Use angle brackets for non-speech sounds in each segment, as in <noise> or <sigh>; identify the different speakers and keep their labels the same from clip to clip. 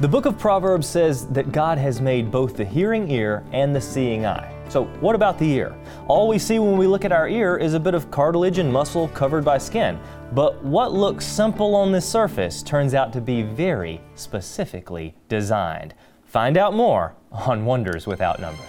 Speaker 1: The book of Proverbs says that God has made both the hearing ear and the seeing eye. So, what about the ear? All we see when we look at our ear is a bit of cartilage and muscle covered by skin. But what looks simple on the surface turns out to be very specifically designed. Find out more on Wonders Without Number.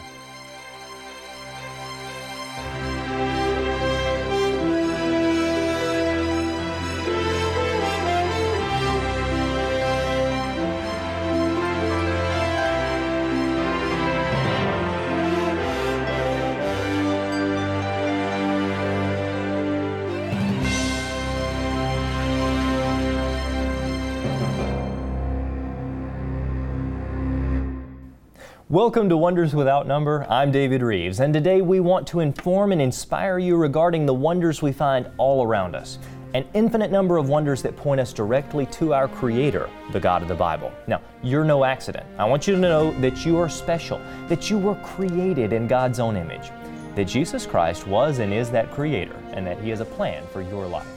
Speaker 1: Welcome to Wonders Without Number. I'm David Reeves, and today we want to inform and inspire you regarding the wonders we find all around us. An infinite number of wonders that point us directly to our Creator, the God of the Bible. Now, you're no accident. I want you to know that you are special, that you were created in God's own image, that Jesus Christ was and is that Creator, and that He has a plan for your life.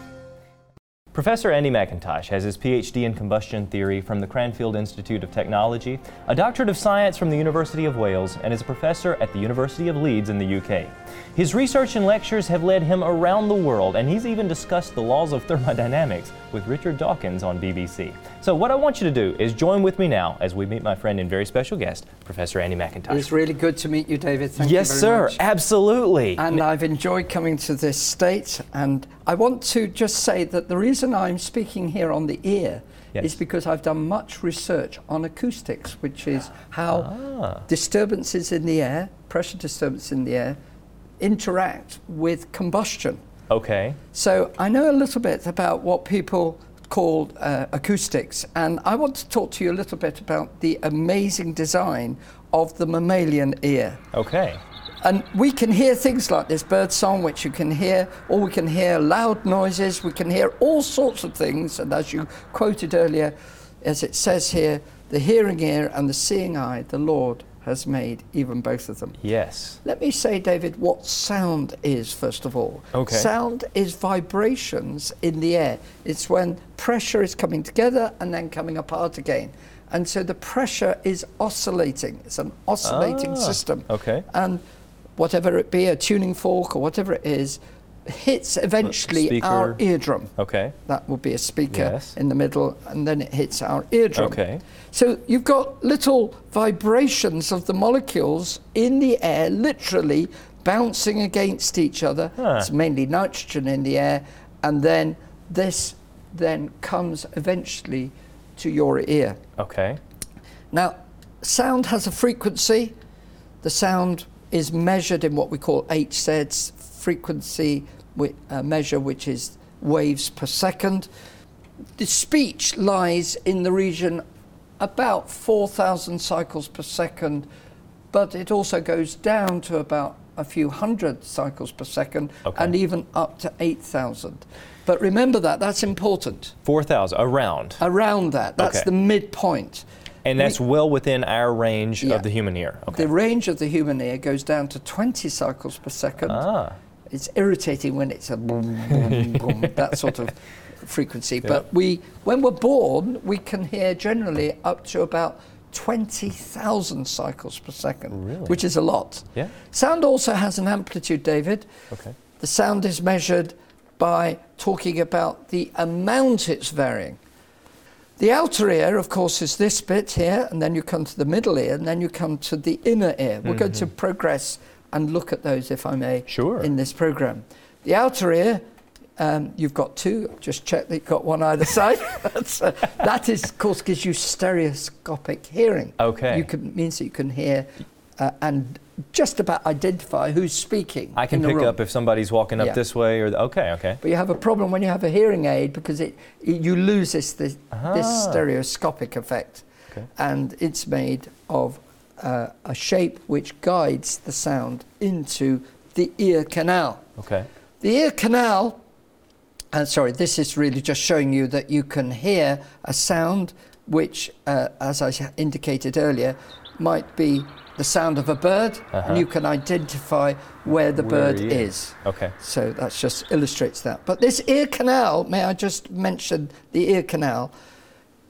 Speaker 1: Professor Andy McIntosh has his PhD in combustion theory from the Cranfield Institute of Technology, a doctorate of science from the University of Wales, and is a professor at the University of Leeds in the UK. His research and lectures have led him around the world, and he's even discussed the laws of thermodynamics with Richard Dawkins on BBC. So, what I want you to do is join with me now as we meet my friend and very special guest, Professor Andy McIntosh.
Speaker 2: It's really good to meet you, David. Thank
Speaker 1: yes,
Speaker 2: you very
Speaker 1: sir,
Speaker 2: much.
Speaker 1: absolutely.
Speaker 2: And I've enjoyed coming to this state. And I want to just say that the reason I'm speaking here on the ear
Speaker 1: Yes.
Speaker 2: is because I've done much research on acoustics, which is how
Speaker 1: Ah.
Speaker 2: disturbances in the air, pressure disturbance in the air, interact with combustion.
Speaker 1: okay.
Speaker 2: So I know a little bit about what people call uh, acoustics, and I want to talk to you a little bit about the amazing design of the mammalian ear.
Speaker 1: Okay.
Speaker 2: And we can hear things like this bird song, which you can hear, or we can hear loud noises, we can hear all sorts of things. And as you quoted earlier, as it says here, the hearing ear and the seeing eye, the Lord has made even both of them.
Speaker 1: Yes.
Speaker 2: Let me say, David, what sound is, first of all.
Speaker 1: Okay.
Speaker 2: Sound is vibrations in the air. It's when pressure is coming together and then coming apart again. And so the pressure is oscillating. It's an oscillating
Speaker 1: Ah,
Speaker 2: system.
Speaker 1: okay.
Speaker 2: And whatever it be, a tuning fork or whatever it is, hits eventually our
Speaker 1: speaker.
Speaker 2: eardrum.
Speaker 1: Okay.
Speaker 2: That would be a speaker
Speaker 1: Yes.
Speaker 2: in the middle, and then it hits our eardrum.
Speaker 1: Okay.
Speaker 2: So you've got little vibrations of the molecules in the air, literally bouncing against each other.
Speaker 1: Huh.
Speaker 2: It's mainly nitrogen in the air, and then this then comes eventually to your ear.
Speaker 1: Okay.
Speaker 2: Now, sound has a frequency. The sound is measured in what we call HZ frequency wi- uh, measure, which is waves per second. The speech lies in the region about 4,000 cycles per second, but it also goes down to about a few hundred cycles per second
Speaker 1: Okay.
Speaker 2: and even up to 8,000. But remember that, that's important.
Speaker 1: 4,000, around.
Speaker 2: Around that, that's
Speaker 1: Okay.
Speaker 2: the midpoint.
Speaker 1: And that's well within our range
Speaker 2: Yeah.
Speaker 1: of the human ear. Okay.
Speaker 2: The range of the human ear goes down to 20 cycles per second.
Speaker 1: ah,
Speaker 2: It's irritating when it's a boom,
Speaker 1: <laughs>
Speaker 2: boom, boom, that sort of frequency. But we, when we're born, we can hear generally up to about 20,000 cycles per second,
Speaker 1: Really?
Speaker 2: which is a lot.
Speaker 1: Yeah.
Speaker 2: Sound also has an amplitude, David.
Speaker 1: okay.
Speaker 2: The sound is measured by talking about the amount it's varying. The outer ear, of course, is this bit here, and then you come to the middle ear, and then you come to the inner ear. We're going to progress and look at those, if I may,
Speaker 1: Mm-hmm. Sure.
Speaker 2: in this program. The outer ear, um, you've got two. Just check that you've got one either <laughs> side. That's, uh, that is, of course, gives you stereoscopic hearing.
Speaker 1: Okay.
Speaker 2: You can, means that you can hear uh, and just about identify who's speaking.
Speaker 1: I can
Speaker 2: in the
Speaker 1: pick
Speaker 2: room.
Speaker 1: up if somebody's walking up
Speaker 2: Yeah.
Speaker 1: this way or, the, okay, okay.
Speaker 2: But you have a problem when you have a hearing aid because it, it you lose this this, this
Speaker 1: Ah.
Speaker 2: stereoscopic effect,
Speaker 1: Okay.
Speaker 2: and it's made of uh, a shape which guides the sound into the ear canal.
Speaker 1: Okay.
Speaker 2: The ear canal, and sorry, this is really just showing you that you can hear a sound which, uh, as I s- indicated earlier, might be the sound of a bird,
Speaker 1: Uh-huh.
Speaker 2: and you can identify where the
Speaker 1: Where
Speaker 2: bird
Speaker 1: he
Speaker 2: is.
Speaker 1: Okay.
Speaker 2: So that just illustrates that. But this ear canal, may I just mention the ear canal,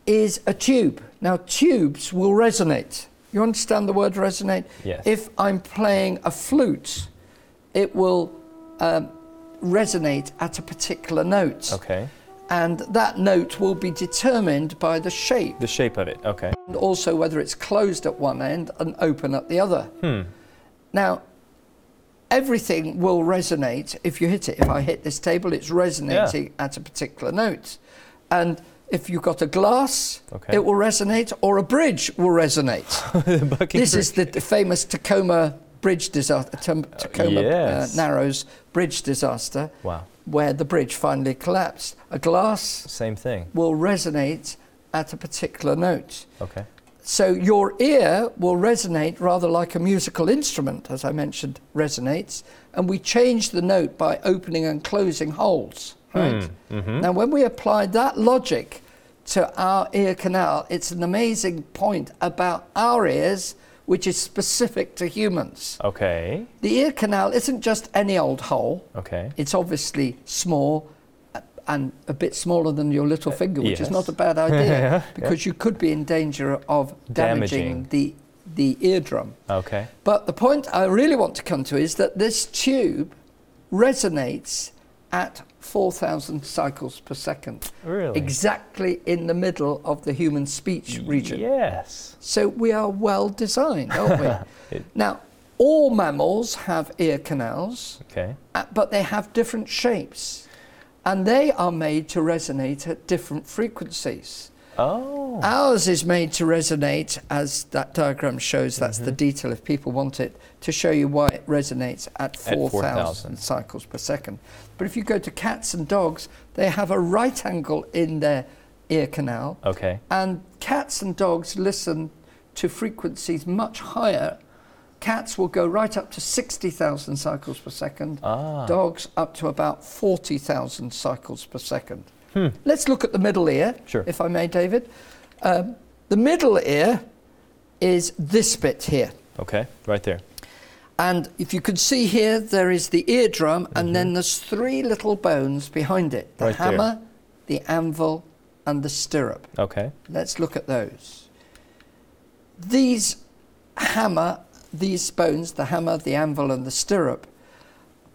Speaker 2: is a tube. Now, tubes will resonate. You understand the word resonate?
Speaker 1: Yes.
Speaker 2: If I'm playing a flute, it will um, resonate at a particular note.
Speaker 1: Okay.
Speaker 2: And that note will be determined by the shape
Speaker 1: The shape of it. Okay. <laughs>
Speaker 2: and also whether it's closed at one end and open at the other.
Speaker 1: Hmm.
Speaker 2: Now, everything will resonate if you hit it. If I hit this table, it's resonating at a particular note. And if you've got a glass,
Speaker 1: Okay.
Speaker 2: it will resonate, or a bridge will
Speaker 1: <laughs>
Speaker 2: resonate.
Speaker 1: Bucking
Speaker 2: this is the d- famous Tacoma bridge disaster, Tacoma uh,
Speaker 1: yes.
Speaker 2: Narrows bridge disaster,
Speaker 1: Wow.
Speaker 2: where the bridge finally collapsed. A glass
Speaker 1: Same thing.
Speaker 2: will resonate at a particular note.
Speaker 1: Okay.
Speaker 2: So your ear will resonate rather like a musical instrument, as I mentioned, resonates, and we change the note by opening and closing holes. Right. Now, when we apply that logic to our ear canal, it's an amazing point about our ears, which is specific to humans.
Speaker 1: Okay.
Speaker 2: The ear canal isn't just any old hole.
Speaker 1: Okay.
Speaker 2: It's obviously small uh, and a bit smaller than your little finger, which
Speaker 1: yes.
Speaker 2: is not a
Speaker 1: <laughs>
Speaker 2: bad idea because you could be in danger of damaging,
Speaker 1: Damaging.
Speaker 2: the the eardrum.
Speaker 1: Okay.
Speaker 2: But the point I really want to come to is that this tube resonates at 4,000 cycles per second,
Speaker 1: Really? Mm,
Speaker 2: exactly in the middle of the human speech region.
Speaker 1: Yes.
Speaker 2: So we are well designed, aren't
Speaker 1: <laughs>
Speaker 2: we? now, all mammals have ear canals
Speaker 1: Okay.
Speaker 2: uh, but they have different shapes and they are made to resonate at different frequencies.
Speaker 1: Oh.
Speaker 2: Ours is made to resonate, as that diagram shows, that's the detail if people want it, to show you why it resonates at
Speaker 1: 4,000.
Speaker 2: 4,000 cycles per second. But if you go to cats and dogs, they have a right angle in their ear canal,
Speaker 1: Okay.
Speaker 2: and cats and dogs listen to frequencies much higher. Cats will go right up to 60,000 cycles per second,
Speaker 1: Ah.
Speaker 2: dogs up to about 40,000 cycles per second. Let's look at the middle ear,
Speaker 1: Hmm. Sure.
Speaker 2: if I may, David. Um, the middle ear is this bit here.
Speaker 1: Okay. Right there.
Speaker 2: And if you can see here, there is the eardrum, and then there's three little bones behind it
Speaker 1: Mm-hmm.
Speaker 2: the
Speaker 1: Right there.
Speaker 2: hammer, the anvil, and the stirrup.
Speaker 1: Okay.
Speaker 2: Let's look at those. These hammer, these bones, the hammer, the anvil, and the stirrup,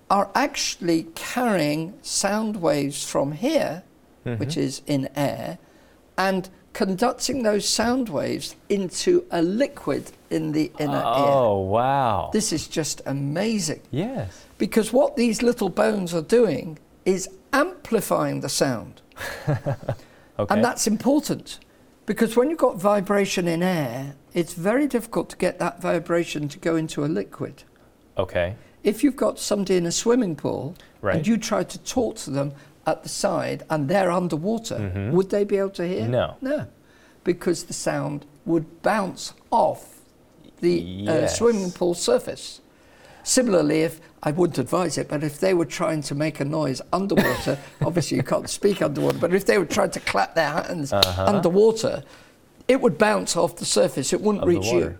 Speaker 2: are actually carrying sound waves from here,
Speaker 1: Mm-hmm.
Speaker 2: which is in air, and conducting those sound waves into a liquid in the inner ear.
Speaker 1: Oh wow.
Speaker 2: This is just amazing
Speaker 1: yes.
Speaker 2: because what these little bones are doing is amplifying the sound.
Speaker 1: Okay.
Speaker 2: And that's important because when you've got vibration in air, it's very difficult to get that vibration to go into a liquid.
Speaker 1: okay. <laughs>
Speaker 2: If you've got somebody in a swimming pool
Speaker 1: Right.
Speaker 2: and you try to talk to them at the side and they're underwater, would they be able to hear?
Speaker 1: Mm-hmm. No.
Speaker 2: No, because the sound would bounce off the uh,
Speaker 1: Yes.
Speaker 2: swimming pool surface. Similarly, if I wouldn't advise it, but if they were trying to make a noise
Speaker 1: <laughs>
Speaker 2: underwater, obviously you can't speak underwater, but if they were trying to clap their hands
Speaker 1: Uh-huh.
Speaker 2: underwater, it would bounce off the surface, it wouldn't
Speaker 1: Of the
Speaker 2: reach
Speaker 1: water.
Speaker 2: you.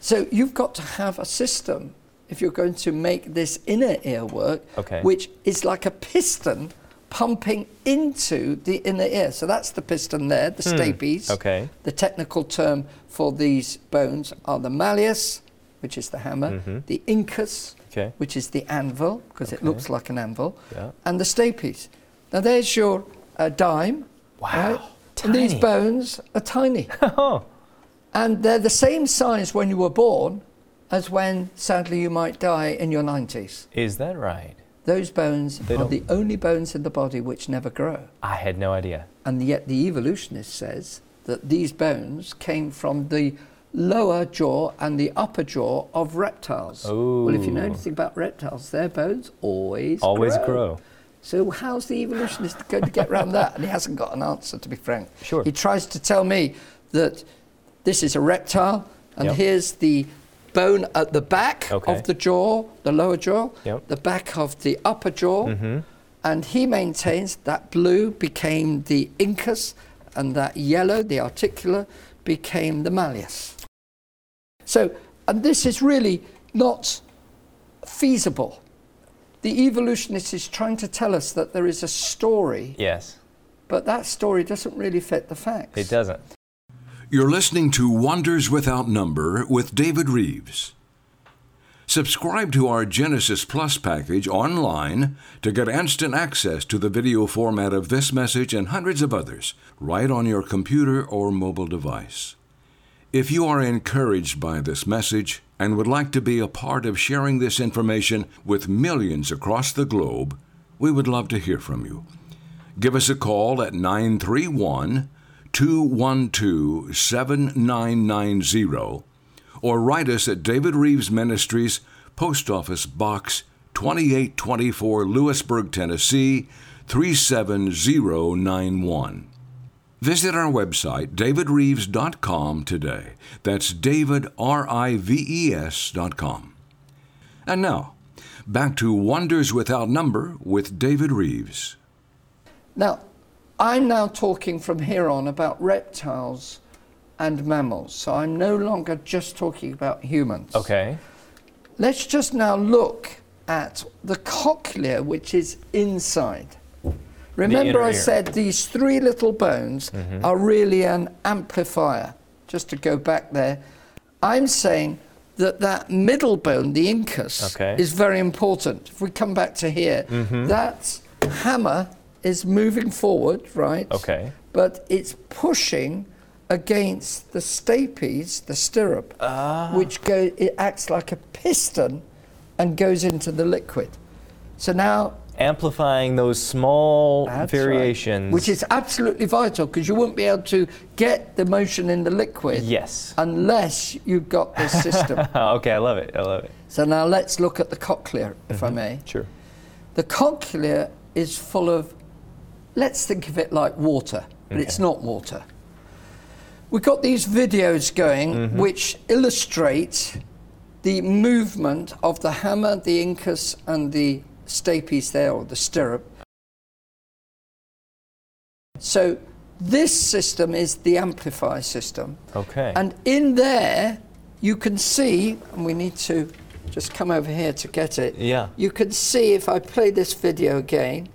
Speaker 2: So you've got to have a system if you're going to make this inner ear work,
Speaker 1: Okay.
Speaker 2: which is like a piston pumping into the inner ear. So that's the piston there, the stapes.
Speaker 1: Hmm. Okay.
Speaker 2: The technical term for these bones are the malleus, which is the hammer, the incus,
Speaker 1: Mm-hmm. Okay.
Speaker 2: which is the anvil, because it looks like an anvil,
Speaker 1: Yeah.
Speaker 2: and the stapes. Now there's your uh, dime.
Speaker 1: Wow,
Speaker 2: And these
Speaker 1: tiny.
Speaker 2: bones are tiny.
Speaker 1: Oh.
Speaker 2: And they're the same size when you were born as when, sadly, you might die in your 90s.
Speaker 1: Is that right?
Speaker 2: Those bones are
Speaker 1: don't-
Speaker 2: the only bones in the body which never grow.
Speaker 1: I had no idea.
Speaker 2: And yet, the evolutionist says that these bones came from the lower jaw and the upper jaw of reptiles. Well, if you know
Speaker 1: Ooh.
Speaker 2: anything about reptiles, their bones always
Speaker 1: Always
Speaker 2: grow.
Speaker 1: grow.
Speaker 2: So how's the evolutionist going to get round that? And he hasn't got an answer, to be frank.
Speaker 1: Sure.
Speaker 2: He tries to tell me that this is a reptile, and
Speaker 1: Yep.
Speaker 2: here's the bone at the back
Speaker 1: Okay.
Speaker 2: of the jaw, the lower jaw,
Speaker 1: Yep. Mm-hmm.
Speaker 2: the back of the upper jaw, and he maintains that blue became the incus, and that yellow, the articular, became the malleus. So, and this is really not feasible. The evolutionist is trying to tell us that there is a story
Speaker 1: Yes.
Speaker 2: But that story doesn't really fit the facts.
Speaker 1: It doesn't.
Speaker 3: You're listening to Wonders Without Number with David Reeves. Subscribe to our Genesis Plus package online to get instant access to the video format of this message and hundreds of others right on your computer or mobile device. If you are encouraged by this message and would like to be a part of sharing this information with millions across the globe, we would love to hear from you. Give us a call at 931 212 7990 or write us at David Reeves Ministries, Post Office Box 2824, Lewisburg, Tennessee 37091. Visit our website, davidreeves.com, today. That's David, R I V E S.com. And now, back to Wonders Without Number with David Reeves.
Speaker 2: Now, I'm now talking from here on about reptiles and mammals. So I'm no longer just talking about humans.
Speaker 1: Okay.
Speaker 2: Let's just now look at the cochlea, which is inside. Remember,
Speaker 1: inner
Speaker 2: I
Speaker 1: ear. Mm-hmm.
Speaker 2: said these three little bones are really an amplifier. Just to go back there, I'm saying that that middle bone, the incus,
Speaker 1: Okay. Mm-hmm.
Speaker 2: is very important. If we come back to here, that hammer is moving forward, right?
Speaker 1: Okay.
Speaker 2: but it's pushing against the stapes, the stirrup, which go, it acts like a piston and goes into the liquid. So now,
Speaker 1: Amplifying those small
Speaker 2: that's right,
Speaker 1: variations.
Speaker 2: which is absolutely vital because you won't be able to get the motion in the liquid <laughs>
Speaker 1: Yes. <laughs>
Speaker 2: unless you've got this system.
Speaker 1: Ah, okay, I love it. I love it.
Speaker 2: so now let's look at the cochlea, if I may.
Speaker 1: Sure.
Speaker 2: The cochlea is full of, let's think of it like water, but it's not water. We've got these videos going
Speaker 1: Mm-hmm.
Speaker 2: which illustrate the movement of the hammer, the incus, and the stapes there, or the stirrup. So this system is the amplifier system.
Speaker 1: Okay.
Speaker 2: And in there, you can see, and we need to just come over here to get it.
Speaker 1: Yeah.
Speaker 2: You can see, if I play this video again,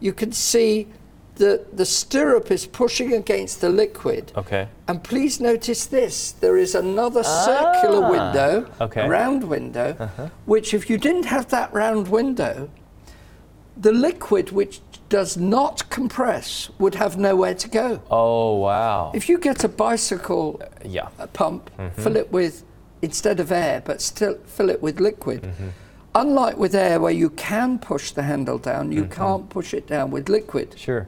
Speaker 2: you can see that the stirrup is pushing against the liquid.
Speaker 1: okay.
Speaker 2: And please notice this there is another circular
Speaker 1: Ah,
Speaker 2: window,
Speaker 1: okay.
Speaker 2: round window, which if you didn't have that round window, the liquid which does not compress would have nowhere to go.
Speaker 1: Oh, wow.
Speaker 2: If you get a bicycle
Speaker 1: yeah.
Speaker 2: a pump,
Speaker 1: Mm-hmm.
Speaker 2: fill it with instead of air, but still fill it with liquid.
Speaker 1: Mm-hmm.
Speaker 2: Unlike with air, where you can push the handle down,
Speaker 1: Mm-hmm.
Speaker 2: you can't push it down with liquid.
Speaker 1: Sure.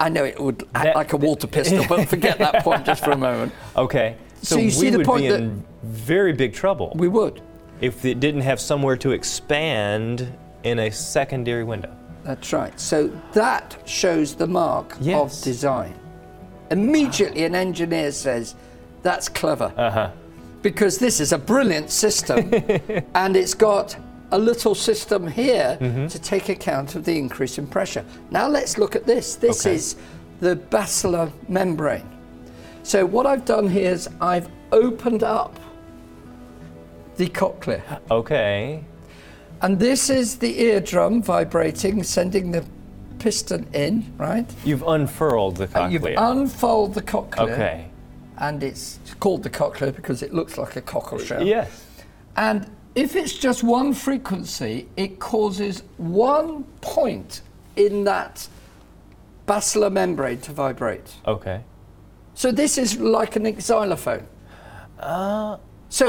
Speaker 2: I know it would act
Speaker 1: That-
Speaker 2: like a water pistol,
Speaker 1: <laughs>
Speaker 2: but forget that point just for a moment.
Speaker 1: Okay.
Speaker 2: So
Speaker 1: So,
Speaker 2: you
Speaker 1: we
Speaker 2: see the
Speaker 1: would
Speaker 2: point
Speaker 1: be
Speaker 2: that-
Speaker 1: in very big trouble
Speaker 2: We would.
Speaker 1: if it didn't have somewhere to expand in a secondary window.
Speaker 2: That's right. So that shows the mark
Speaker 1: Yes.
Speaker 2: of design. Immediately, an engineer says, "That's clever,"
Speaker 1: Uh-huh.
Speaker 2: because this is a brilliant
Speaker 1: <laughs>
Speaker 2: system, and it's got a little system here
Speaker 1: Mm-hmm.
Speaker 2: to take account of the increase in pressure. Now let's look at this. This
Speaker 1: Okay.
Speaker 2: is the basilar membrane. So what I've done here is I've opened up the cochlea.
Speaker 1: Okay.
Speaker 2: And this is the eardrum vibrating, sending the piston in, right?
Speaker 1: You've unfurled the
Speaker 2: And Uh, you've
Speaker 1: cochlea.
Speaker 2: unfold the cochlea.
Speaker 1: okay.
Speaker 2: And it's called the cochlea because it looks like a cockle shell.
Speaker 1: Yes.
Speaker 2: And if it's just one frequency, it causes one point in that basilar membrane to vibrate.
Speaker 1: Okay.
Speaker 2: So this is like an xylophone. so th-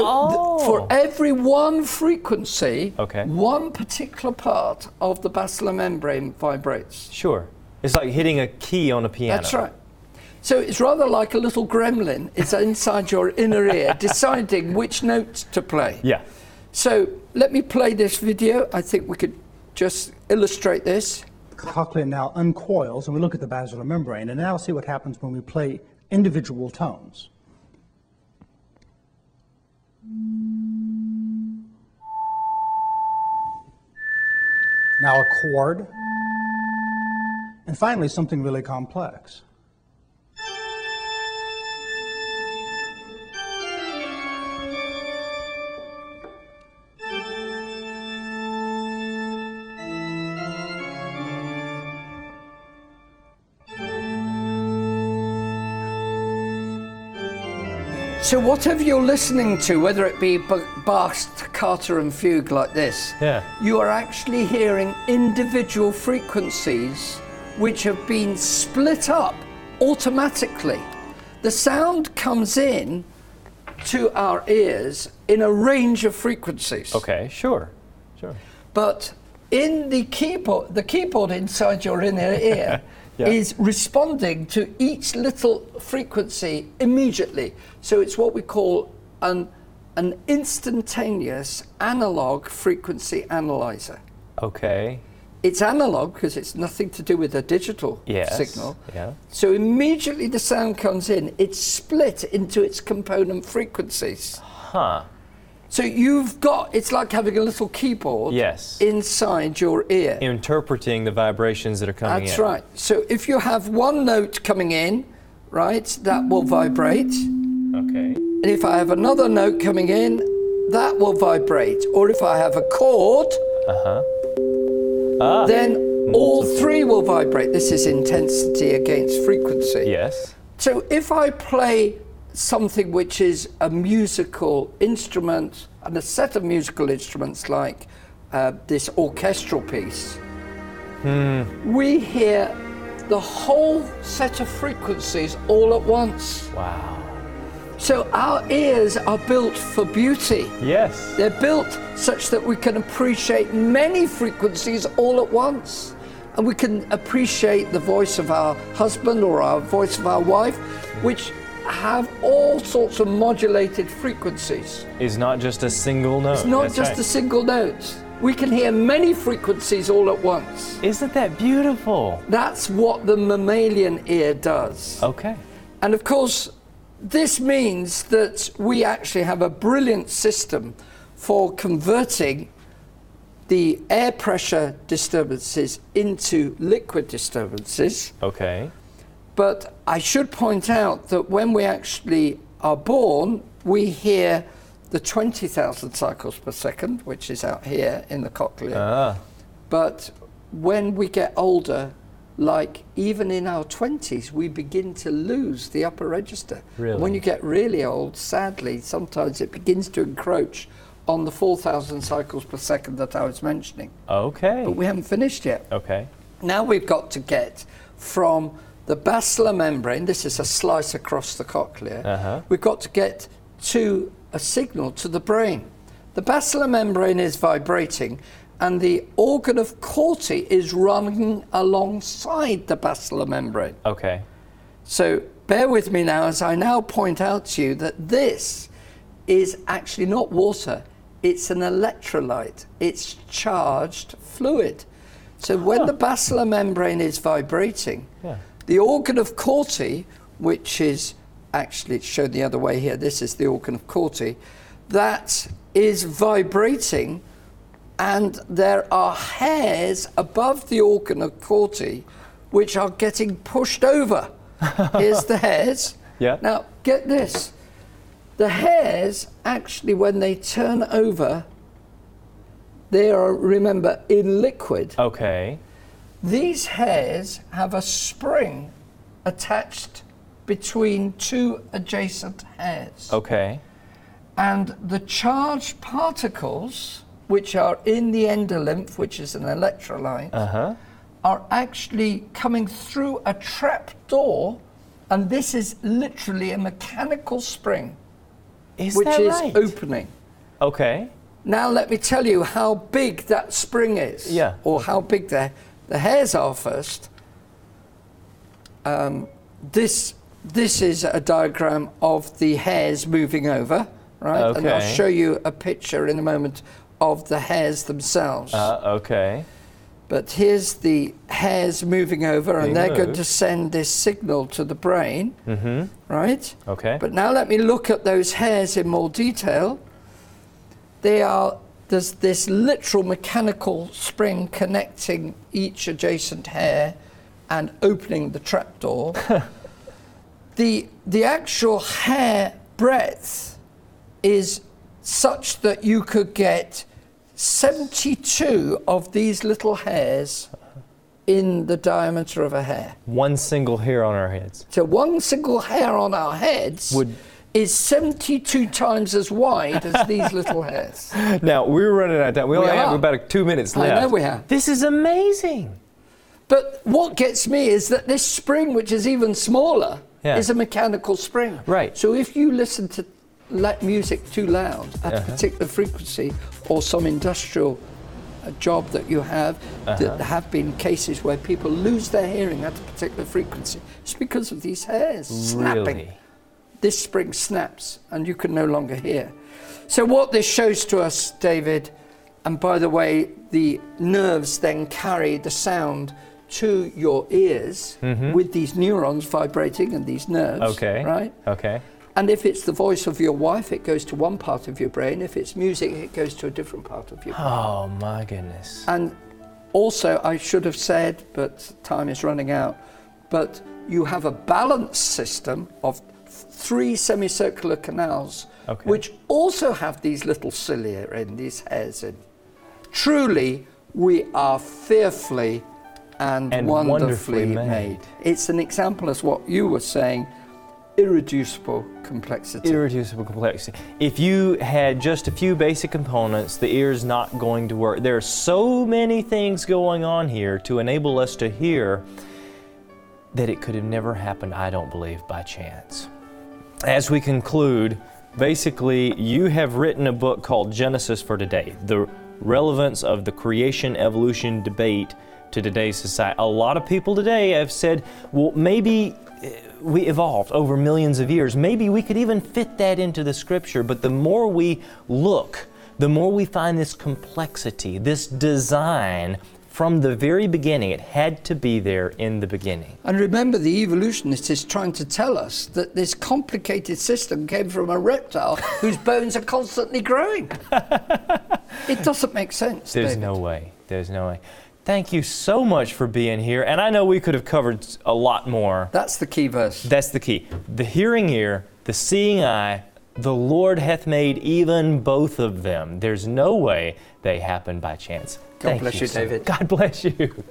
Speaker 1: Uh, Oh.
Speaker 2: for every one frequency,
Speaker 1: Okay.
Speaker 2: one particular part of the basilar membrane vibrates.
Speaker 1: Sure. It's like hitting a key on a piano.
Speaker 2: That's right. So it's rather like a little gremlin. It's inside your inner
Speaker 1: <laughs>
Speaker 2: ear deciding which note to play.
Speaker 1: Yeah.
Speaker 2: So let me play this video. I think we could just illustrate this.
Speaker 4: cochlea now uncoils and we look at the basilar membrane and now see what happens when we play individual tones. Now a chord. And finally, something really complex.
Speaker 2: So whatever you're listening to, whether it be B- Bach, Carter and Fugue like this,
Speaker 1: Yeah.
Speaker 2: you are actually hearing individual frequencies which have been split up automatically. The sound comes in to our ears in a range of frequencies.
Speaker 1: Okay, sure. Sure.
Speaker 2: But in the keyboard, the keyboard inside your
Speaker 1: <laughs>
Speaker 2: inner ear
Speaker 1: Yeah.
Speaker 2: is responding to each little frequency immediately. So it's what we call an, an instantaneous analog frequency analyzer.
Speaker 1: Okay.
Speaker 2: It's analog because it's nothing to do with a digital
Speaker 1: Yes.
Speaker 2: signal.
Speaker 1: Yeah.
Speaker 2: So immediately the sound comes in, it's split into its component frequencies.
Speaker 1: Huh.
Speaker 2: So you've got, it's like having a little keyboard
Speaker 1: Yes.
Speaker 2: inside your ear.
Speaker 1: Interpreting the vibrations that are coming
Speaker 2: That's
Speaker 1: in.
Speaker 2: right. So if you have one note coming in, right, that will vibrate.
Speaker 1: Okay.
Speaker 2: And if I have another note coming in, that will vibrate. Or if I have a chord,
Speaker 1: Uh-huh. Ah.
Speaker 2: then all three will vibrate. This is intensity against frequency.
Speaker 1: Yes.
Speaker 2: So if I play something which is a musical instrument and a set of musical instruments like uh, this orchestral piece, we hear the whole set of frequencies all at once.
Speaker 1: Wow.
Speaker 2: So our ears are built for beauty.
Speaker 1: Yes.
Speaker 2: They're built such that we can appreciate many frequencies all at once. And we can appreciate the voice of our husband or our voice of our wife, which have all sorts of modulated frequencies.
Speaker 1: Is not just a single note.
Speaker 2: It's not
Speaker 1: That's
Speaker 2: just
Speaker 1: right.
Speaker 2: a single note. We can hear many frequencies all at once.
Speaker 1: Isn't that beautiful?
Speaker 2: That's what the mammalian ear does.
Speaker 1: Okay.
Speaker 2: And of course, this means that we actually have a brilliant system for converting the air pressure disturbances into liquid disturbances.
Speaker 1: Okay.
Speaker 2: But I should point out that when we actually are born, we hear the 20,000 cycles per second, which is out here in the cochlea.
Speaker 1: Ah.
Speaker 2: But when we get older, like even in our 20s, we begin to lose the upper register.
Speaker 1: Really?
Speaker 2: When you get really old, sadly, sometimes it begins to encroach on the 4,000 cycles per second that I was mentioning.
Speaker 1: Okay.
Speaker 2: But we haven't finished yet.
Speaker 1: okay.
Speaker 2: Now we've got to get from the basilar membrane, this is a slice across the cochlea,
Speaker 1: Uh-huh.
Speaker 2: we've got to get to a signal to the brain. The basilar membrane is vibrating and the organ of Corti is running alongside the basilar membrane.
Speaker 1: Okay.
Speaker 2: So bear with me now as I now point out to you that this is actually not water, it's an electrolyte, it's charged fluid. So when the basilar membrane is vibrating,
Speaker 1: Yeah.
Speaker 2: the organ of Corti, which is actually it's shown the other way here, this is the organ of Corti, that is vibrating, and there are hairs above the organ of Corti which are getting pushed over. Here's the hairs.
Speaker 1: Yeah.
Speaker 2: Now, get this. The hairs actually, when they turn over, they are, remember, in liquid.
Speaker 1: Oh. Okay.
Speaker 2: These hairs have a spring attached between two adjacent hairs.
Speaker 1: Okay.
Speaker 2: And the charged particles, which are in the endolymph, which is an electrolyte,
Speaker 1: Uh huh.
Speaker 2: are actually coming through a trap door. And this is literally a mechanical spring,
Speaker 1: Is
Speaker 2: which
Speaker 1: that
Speaker 2: is
Speaker 1: right?
Speaker 2: opening.
Speaker 1: okay.
Speaker 2: Now, let me tell you how big that spring is.
Speaker 1: Yeah.
Speaker 2: Or how big the, the hairs are first. Um, this, this is a diagram of the hairs moving over, right? And I'll
Speaker 1: Okay.
Speaker 2: show you a picture in a moment of the hairs themselves.
Speaker 1: Uh, okay.
Speaker 2: but here's the hairs moving over,
Speaker 1: They
Speaker 2: and they're going
Speaker 1: move. Mm-hmm.
Speaker 2: to send this signal to the brain, right?
Speaker 1: Okay.
Speaker 2: But now let me look at those hairs in more detail. They are there's this literal mechanical spring connecting each adjacent hair and opening the trapdoor. the the actual hair breadth is such that you could get 72 of these little hairs in the diameter of a hair.
Speaker 1: One single hair on our heads.
Speaker 2: So one single hair on our heads
Speaker 1: Would-
Speaker 2: is 72 times as wide as these little hairs.
Speaker 5: Now, we're running out of time. We only
Speaker 2: We
Speaker 5: have
Speaker 2: are.
Speaker 5: about two minutes
Speaker 2: I
Speaker 5: left.
Speaker 2: know we have.
Speaker 1: This is amazing.
Speaker 2: But what gets me is that this spring, which is even smaller,
Speaker 1: Yeah.
Speaker 2: is a mechanical spring.
Speaker 1: Right.
Speaker 2: So if you listen to la- music too loud at
Speaker 1: Uh-huh.
Speaker 2: a particular frequency or some industrial uh, job that you have, that
Speaker 1: Uh-huh.
Speaker 2: there have been cases where people lose their hearing at a particular frequency. It's because of these hairs snapping.
Speaker 1: Really?
Speaker 2: This spring snaps and you can no longer hear. So what this shows to us, David, and by the way, the nerves then carry the sound to your ears with these neurons vibrating and these nerves.
Speaker 1: Okay.
Speaker 2: Right?
Speaker 1: Okay.
Speaker 2: And if it's the voice of your wife, it goes to one part of your brain. If it's music, it goes to a different part of your brain.
Speaker 1: Oh my goodness.
Speaker 2: And also, I should have said, but time is running out, but you have a balance system of three semicircular canals,
Speaker 1: Okay.
Speaker 2: which also have these little cilia in, these hairs in. Truly, we are fearfully and,
Speaker 1: And wonderfully
Speaker 2: wonderfully
Speaker 1: made.
Speaker 2: made. It's an example as what you were saying irreducible complexity.
Speaker 1: Irreducible complexity. If you had just a few basic components, the ear's not going to work. There are so many things going on here to enable us to hear that it could have never happened, I don't believe, by chance. As we conclude, basically, you have written a book called Genesis for Today The Relevance of the Creation Evolution Debate to Today's Society. A lot of people today have said, well, maybe eh, we evolved over millions of years. Maybe we could even fit that into the scripture, but the more we look, the more we find this complexity, this design from the very beginning. It had to be there in the beginning.
Speaker 2: And remember, the evolutionist is trying to tell us that this complicated system came from a reptile
Speaker 1: <laughs>
Speaker 2: whose bones are constantly growing. it doesn't make sense.
Speaker 1: There's
Speaker 2: David.
Speaker 1: no way. There's no way. Thank you so much for being here. And I know we could have covered s- a lot more.
Speaker 2: That's the key verse.
Speaker 1: That's the key. The hearing ear, the seeing eye, the Lord hath made even both of them. There's no way they happen by chance.
Speaker 2: God
Speaker 1: Thank
Speaker 2: bless you,
Speaker 1: sir.
Speaker 2: David.
Speaker 1: God bless you.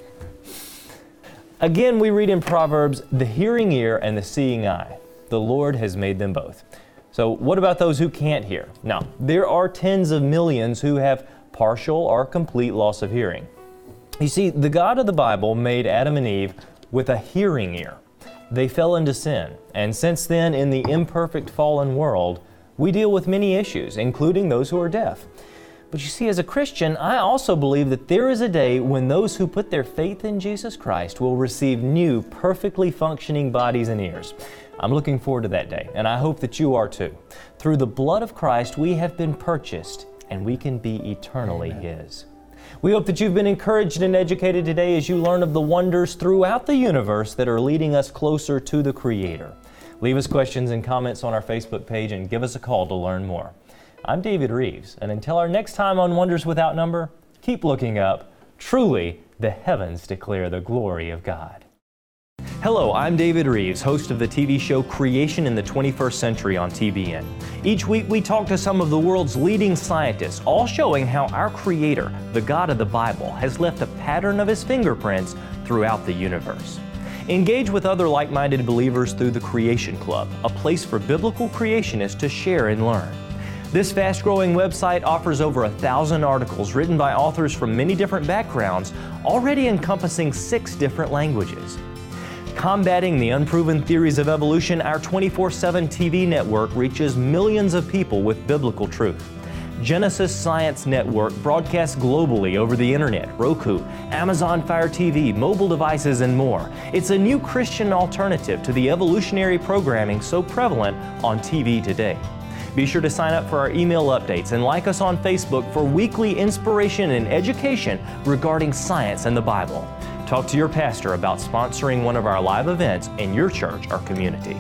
Speaker 1: Again, we read in Proverbs the hearing ear and the seeing eye. The Lord has made them both. So, what about those who can't hear? Now, there are tens of millions who have partial or complete loss of hearing. You see, the God of the Bible made Adam and Eve with a hearing ear. They fell into sin, and since then, in the imperfect fallen world, we deal with many issues, including those who are deaf. But you see, as a Christian, I also believe that there is a day when those who put their faith in Jesus Christ will receive new, perfectly functioning bodies and ears. I'm looking forward to that day, and I hope that you are too. Through the blood of Christ, we have been purchased, and we can be eternally His. We hope that you've been encouraged and educated today as you learn of the wonders throughout the universe that are leading us closer to the Creator. Leave us questions and comments on our Facebook page and give us a call to learn more. I'm David Reeves, and until our next time on Wonders Without Number, keep looking up. Truly, the heavens declare the glory of God. Hello, I'm David Reeves, host of the TV show Creation in the 21st Century on TBN. Each week, we talk to some of the world's leading scientists, all showing how our Creator, the God of the Bible, has left a pattern of His fingerprints throughout the universe. Engage with other like minded believers through the Creation Club, a place for biblical creationists to share and learn. This fast growing website offers over a thousand articles written by authors from many different backgrounds, already encompassing six different languages. Combating the unproven theories of evolution, our 24 7 TV network reaches millions of people with biblical truth. Genesis Science Network broadcasts globally over the internet, Roku, Amazon Fire TV, mobile devices, and more. It's a new Christian alternative to the evolutionary programming so prevalent on TV today. Be sure to sign up for our email updates and like us on Facebook for weekly inspiration and education regarding science and the Bible. Talk to your pastor about sponsoring one of our live events in your church or community.